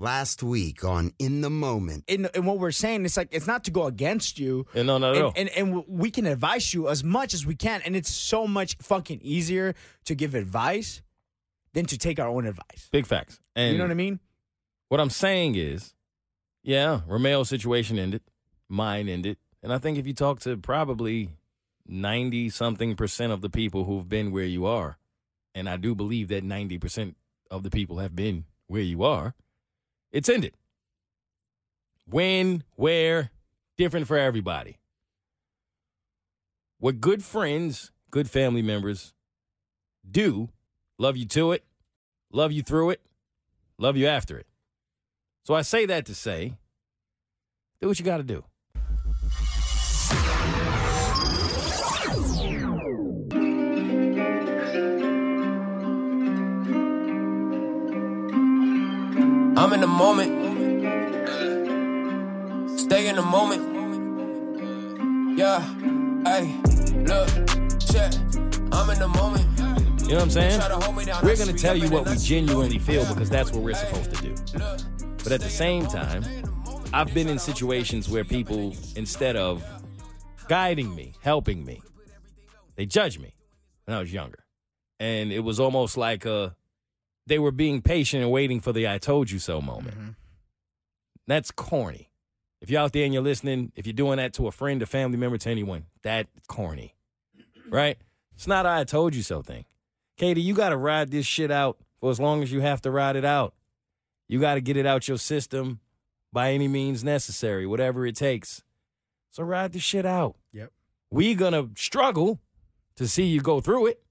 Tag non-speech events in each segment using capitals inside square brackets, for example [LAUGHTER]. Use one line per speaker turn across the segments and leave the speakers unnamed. Last week on In the Moment.
in, in what we're saying, it's like it's not to go against you.
Yeah, no, not at
and,
all.
And, and we can advise you as much as we can, and it's so much fucking easier to give advice than to take our own advice.
Big facts. And
you know what I mean?
What I'm saying is, yeah, Romeo's situation ended, mine ended, and I think if you talk to probably ninety something percent of the people who've been where you are, and I do believe that ninety percent of the people have been where you are, it's ended. When, where, different for everybody. What good friends, good family members do, love you to it, love you through it, love you after it. So I say that to say, do what you got to do.
I'm in the moment. Stay in the moment. Yeah, hey, look, check. I'm in the moment.
You know what I'm saying?
Try to hold me down,
We're
that's
going to
me
tell
up
you
in
what
the
we
night.
genuinely feel because that's what we're
Hey,
supposed to do.
look,
But at the same time, I've been in situations where people, instead of guiding me, helping me, they judged me when I was younger. And it was almost like uh they were being patient and waiting for the I told you so moment.
Mm-hmm.
That's corny. If you're out there and you're listening, if you're doing that to a friend, a family member, to anyone, that's corny. Right? It's not a I told you so thing. Katie, you got to ride this shit out for as long as you have to ride it out. You got to get it out your system by any means necessary, whatever it takes. So ride the shit out.
Yep.
We gonna struggle to see you go through it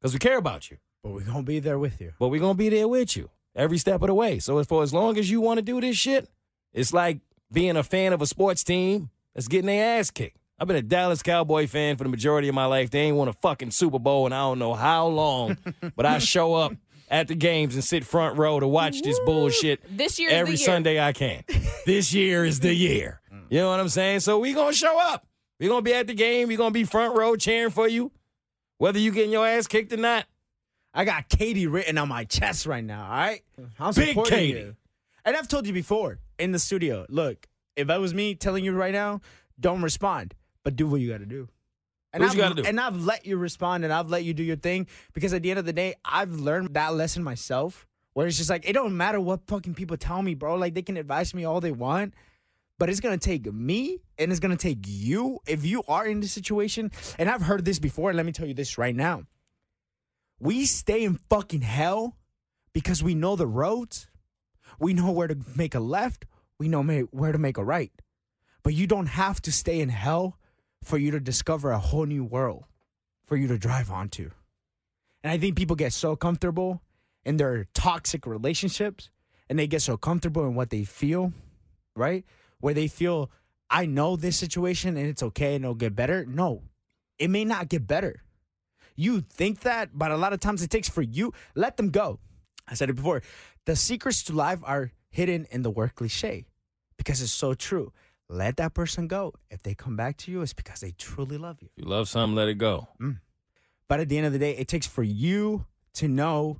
because we care about you,
But we're gonna be there with you.
but we gonna be there with you every step of the way. So as for as long as you want to do this shit, it's like being a fan of a sports team that's getting their ass kicked. I've been a Dallas Cowboy fan for the majority of my life. They ain't won a fucking Super Bowl and I don't know how long,
[LAUGHS]
but I show up at the games and sit front row to watch this bullshit
This year Mm.
every
is the year.
Sunday I can. this year is the year. You know what I'm saying? So we gonna show up. we gonna be at the game. we gonna be front row cheering for you. Whether you getting your ass kicked or not,
I got Katie written on my chest right now. All right, I'm
Big
supporting
Katie.
you. And I've told you before in the studio. Look, if I was me telling you right now, don't respond, but do what you got to do. And
What
I've,
you gotta do?
And I've let you respond, and I've let you do your thing because at the end of the day, I've learned that lesson myself. Where it's just like it don't matter what fucking people tell me, bro. Like they can advise me all they want, but it's gonna take me and it's gonna take you if you are in this situation. And I've heard this before. And let me tell you this right now: we stay in fucking hell because we know the roads, we know where to make a left, we know ma- where to make a right. But you don't have to stay in hell for you to discover a whole new world for you to drive onto. And I think people get so comfortable in their toxic relationships and they get so comfortable in what they feel, right? Where they feel, I know this situation and it's okay and it'll get better. No, it may not get better. You think that, but a lot of times it takes for you. Let them go. I said it before. The secrets to life are hidden in the word cliche because it's so true. Let that person go. If they come back to you, it's because they truly love you.
if you love something, let it go.
But at the end of the day, it takes for you to know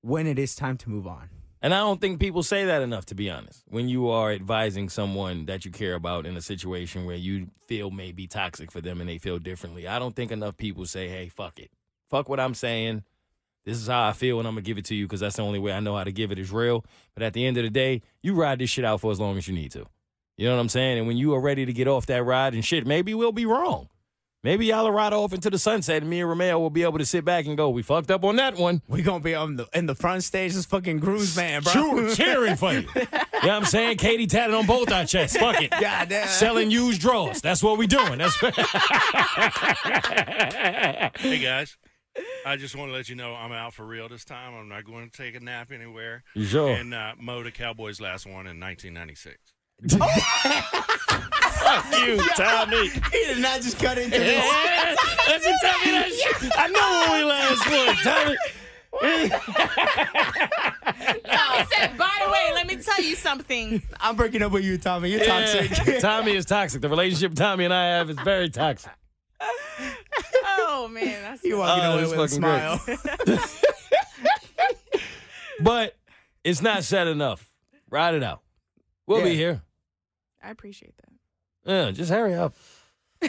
when it is time to move on.
And I don't think people say that enough, to be honest. When you are advising someone that you care about in a situation where you feel may be toxic for them and they feel differently, I don't think enough people say, hey, fuck it. Fuck what I'm saying. This is how I feel, and I'm going to give it to you because that's the only way I know how to give it is real. But at the end of the day, you ride this shit out for as long as you need to. You know what I'm saying? And when you are ready to get off that ride and shit, maybe we'll be wrong. Maybe y'all will ride off into the sunset, and me and Romeo will be able to sit back and go, we fucked up on that one.
We gonna be on the in the front stage as fucking grooves man, bro. [LAUGHS]
Cheer- cheering for you. You know what I'm saying? Katie tatted on both our chests. Fuck it.
God damn.
Selling used drawers. That's what we doing. That's what-
[LAUGHS]
Hey guys, I just want to let you know I'm out for real this time.
Oh.
I'm not going to take a nap anywhere.
[LAUGHS] You sure?
And uh, Mo the Cowboys' last one in 1996.
Fuck you, Tommy.
He did not just cut into
Yeah,
[LAUGHS] this.
That's what Tommy that shit. I know when we last won, Tommy.
[LAUGHS] I said, by the way, let me tell you something.
I'm breaking up with you, Tommy. You're [LAUGHS]
Yeah.
toxic.
Tommy is toxic. The relationship Tommy and I have is very toxic.
Oh man, that's
you walking
Oh,
away
it's
with a
fucking great.
smile.
But it's not said enough. Ride it out. We'll be
Yeah.
here.
I appreciate that.
Yeah, just
[LAUGHS]
hurry up. we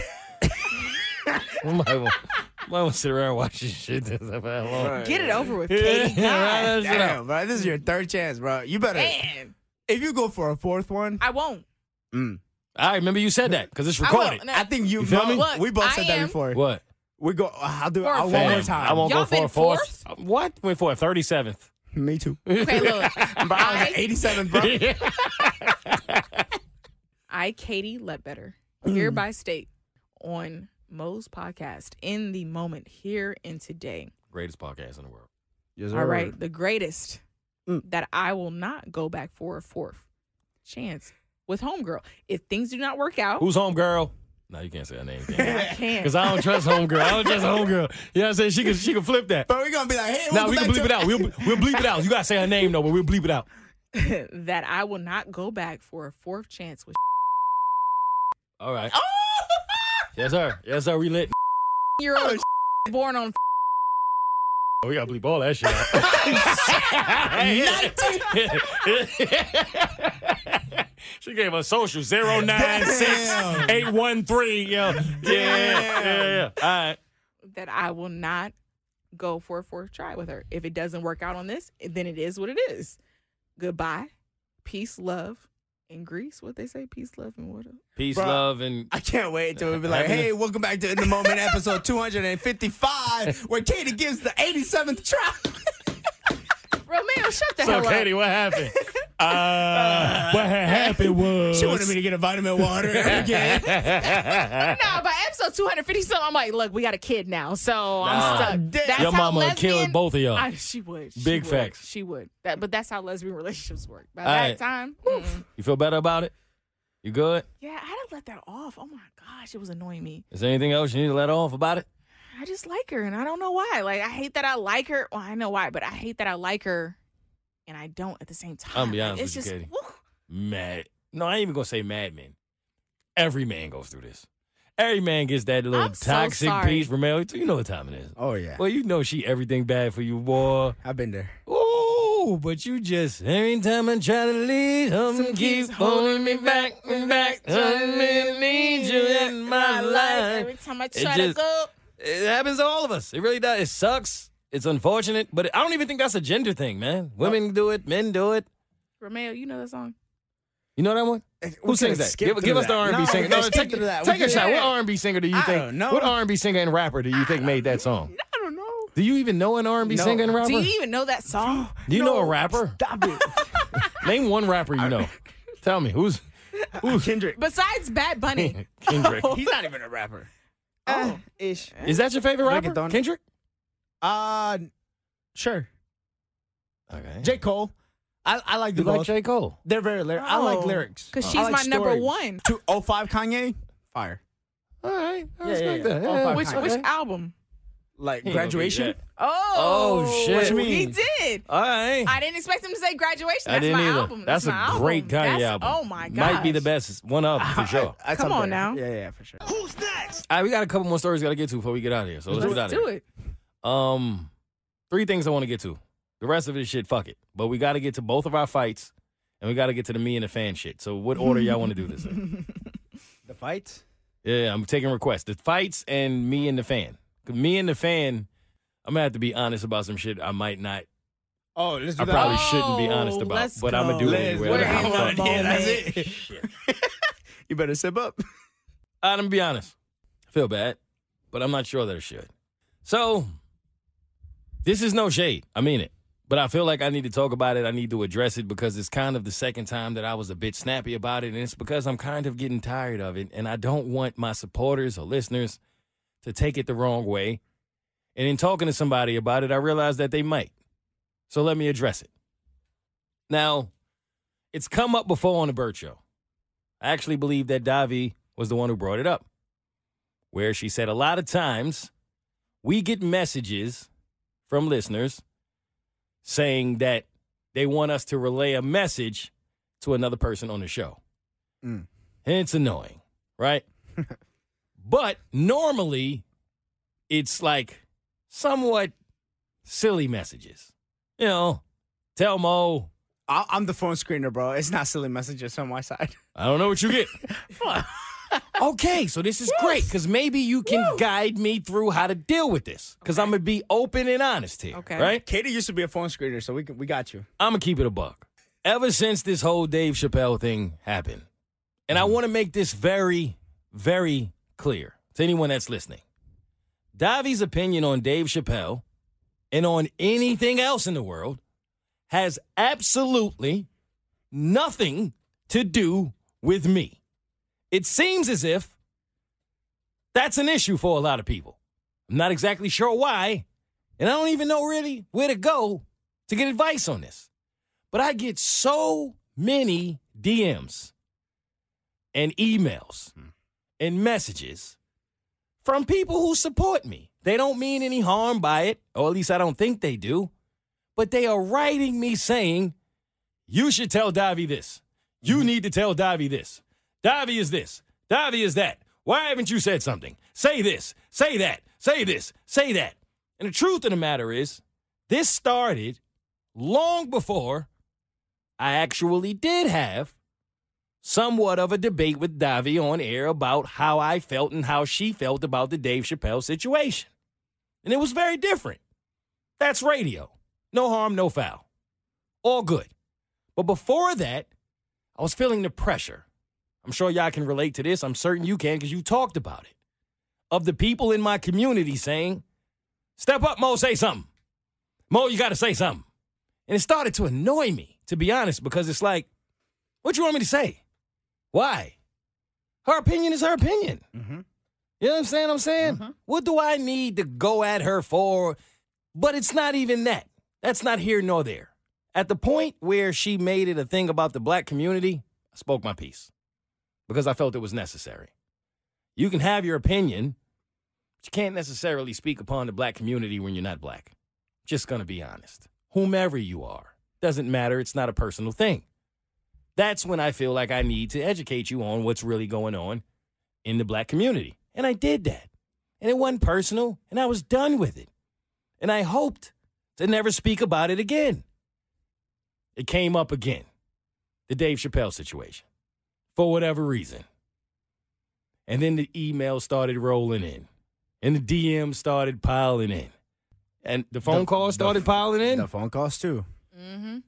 might want, might want to sit around and watch this shit [LAUGHS] this for that long.
Get it over
[LAUGHS]
with,
Yeah, ride
Katie.
that shit out.
Damn, bro. This is your third chance, bro. You better.
Man,
If you go for a fourth one,
I won't.
I remember you said that because it's
I won't.
recorded.
No.
I think you.
You feel
no,
me?
Look,
we both said
I
that
am-
before.
What?
We go. I'll do it
For a
uh, one
fourth.
more
Fam,
time.
I won't
Y'all
go for
been
a fourth. What? Went for a [LAUGHS] 37th.
[LAUGHS] Me too.
Okay, look.
Bro, I was at
I,
87,
[LAUGHS]
bro.
I, Katie Ledbetter, hereby state on Mo's podcast in the moment here and today.
Greatest podcast in the world.
All right, the greatest that I will not go back for a fourth chance with Homegirl. If things do not work out,
Who's homegirl? No, you can't say her name.
[LAUGHS] I
[LAUGHS]
can't.
Because I don't trust homegirl. I don't trust homegirl. You know what I'm saying? She can, she can flip
[LAUGHS]
that.
But we're gonna be like, hey,
Now
we'll
we
go
can
back
bleep
to- [LAUGHS]
it out. We'll, we'll bleep it out. You got to say her name, though, but we'll bleep it out.
that I will not go back for a fourth chance with. [LAUGHS]
All right.
Oh,
Yes, sir. Yes, sir. We lit.
year old born on.
Oh, We got to bleep all that shit out. [LAUGHS] she gave us social 096813. Yo. Yeah, yeah, yeah. All right.
that I will not go for a fourth try with her. If it doesn't work out on this, then it is what it is. Goodbye. Peace, love, and Greece. What they say, peace, love, and water.
Peace,
Bruh.
love, and
I can't wait till we be like,
Having
hey,
a-
welcome back to In the Moment
[LAUGHS]
episode 255, where Katie gives the 87th try.
Romeo, shut the
So,
hell
Katie,
up.
what
[LAUGHS]
happened? Uh, what had happened was
She wanted me to get a vitamin water
[LAUGHS]
again.
Nah, by episode 250 something, I'm like, look, we got a kid now, so
Nah.
I'm stuck. That's
your
how
mama
lesbian-
killed both of y'all.
I, she would. She
Big
would.
facts.
She would. That, but that's how lesbian relationships work. By
All
that
right.
time, mm-mm.
you feel better about it? You good?
yeah, I had to let that off. Oh my gosh, it was annoying me.
Is there anything else you need to let off about it?
I just like her, and I don't know why. Like I hate that I like her. Well, I know why, but I hate that I like her, and I don't at the same time.
I'll be honest
it's
with you,
just,
Katie.
woo.
Mad. No, I ain't even gonna say madman. Every man goes through this. Every man gets that little
I'm so
toxic
sorry.
piece. Romeo, you know what time it is.
Oh, yeah.
Well, you know she everything bad for you, boy.
I've been there.
Ooh, but you just every time I try to leave, something keeps holding me back, and back. I need you in my life.
Every time I
It
try to
just-
go,
It happens to all of us. It really does. It sucks. It's unfortunate, but I don't even think that's a gender thing, man. Women do it, men do it.
Romeo, you know that song.
You know that one? Who sings that? Give, give us the R&B singer. No, take, take a shot. What R&B singer do you
I
think?
don't know.
What R&B singer and rapper do you think made that song?
I don't know.
Do you even know an R&B
No.
singer and rapper?
Do you even know that song?
Do you know
[LAUGHS]
a rapper?
Stop it.
Name one rapper you know. Tell me who's [LAUGHS]
Who's Kendrick?
[GASPS] Besides Bad Bunny,
Kendrick. [LAUGHS]
He's not even a rapper. Oh, ish.
Is that your favorite rapper?
Reggaeton.
Kendrick.
Uh, sure.
Okay.
J. Cole. I, I like the
you like
both.
J Cole?
They're very lyric. I like
Oh.
lyrics.
'Cause
I
she's
like
my number
stories.
one.
205 Kanye? Fire.
All right. I
Yeah,
respect
yeah,
that.
yeah. Oh, fuck,
which
okay.
which album?
Like
He ain't gonna beat
graduation?
that.
Oh,
Oh, shit. What you
He
mean?
did.
All right.
I didn't expect him to say graduation.
I
That's
didn't
my
either.
album.
That's,
my
a
album.
great Kanye
That's-
album.
Oh my god.
Might be the best. It's One of
[LAUGHS]
them Oh, for sure.
That's
Come
up
on
there.
now.
Yeah, yeah, for sure.
All right, we got a couple more stories we got to get to before we get out of here. So let's, get out
Let's
of
do
here.
it.
Um, three things I want to get to. The rest of this shit, fuck it. But we got to get to both of our fights, and we got to get to the me and the fan shit. So what order y'all want to do
[LAUGHS]
this in?
[LAUGHS] The fights?
Yeah, I'm taking requests. The fights and me and the fan. 'Cause Me and the fan. I'm gonna have to be honest about some shit. I might not.
Oh, let's
I
do that.
probably
Oh,
shouldn't be honest about,
let's
but I'm gonna
go.
do it
Let's
anyway.
go.
I don't give
We're
a
in
fuck.
the
Yeah, that's
moment.
[LAUGHS] it. you better sip up.
Uh, I'm gonna be honest. I feel bad, but I'm not sure that I should. So, this is no shade. I mean it. But I feel like I need to talk about it. I need to address it because it's kind of the second time that I was a bit snappy about it. And it's because I'm kind of getting tired of it. And I don't want my supporters or listeners to take it the wrong way. And in talking to somebody about it, I realized that they might. So let me address it. Now, it's come up before on the Bird Show. I actually believe that Davi was the one who brought it up, where she said a lot of times we get messages from listeners saying that they want us to relay a message to another person on the show.
Mm.
And it's annoying, right? but normally it's like somewhat silly messages. You know, tell Mo,
I- I'm the phone screener, bro. It's not silly messages on my side.
I don't know what you get. okay, so this is great because maybe you can guide me through how to deal with this because I'm going to be open and honest here.
Okay.
Right?
[LAUGHS] Katie used to be a phone screener, so we can, we got you.
I'm going to keep it a buck. Ever since this whole Dave Chappelle thing happened, and I want to make this very, very clear to anyone that's listening Davi's opinion on Dave Chappelle and on anything else in the world has absolutely nothing to do with me. It seems as if that's an issue for a lot of people. I'm not exactly sure why, and I don't even know really where to go to get advice on this. But I get so many DMs and emails and messages from people who support me. They don't mean any harm by it, or at least I don't think they do. But they are writing me saying, you should tell Davi this. You need to tell Davi this. Davi is this. Davi is that. Why haven't you said something? Say this. Say that. Say this. Say that. And the truth of the matter is, this started long before I actually did have somewhat of a debate with Davi on air about how I felt and how she felt about the Dave Chappelle situation. And it was very different. That's radio. No harm, no foul. All good. But before that, I was feeling the pressure. I'm sure y'all can relate to this. I'm certain you can because you talked about it. Of the people in my community saying, Step up, Mo, say something. Mo, you got to say something. And it started to annoy me, to be honest, because it's like, What you want me to say? Why? Her opinion is her opinion. You know what I'm saying? I'm saying, What do I need to go at her for? But it's not even that. That's not here nor there. At the point where she made it a thing about the black community, I spoke my piece because I felt it was necessary. You can have your opinion, but you can't necessarily speak upon the black community when you're not black. Just gonna be honest. Whomever you are, doesn't matter, it's not a personal thing. That's when I feel like I need to educate you on what's really going on in the black community. And I did that. And it wasn't personal, and I was done with it and I hoped to never speak about it again. It came up again the Dave Chappelle situation for whatever reason. And then the emails started rolling in, and the DMs started piling in, and the phone
The-
calls
the
started
f-
piling in.
The phone calls too.
Mm-hmm.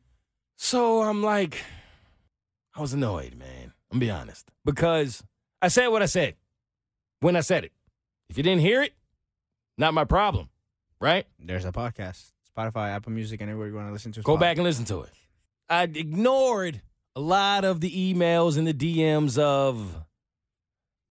So I'm like, I was annoyed, man. I'm be honest. Because I said what I said when I said it. If you didn't hear it, not my problem, right?
There's a podcast, Spotify, Apple Music, anywhere you want to listen to.
Go back and listen to it. I ignored a lot of the emails and the DMs of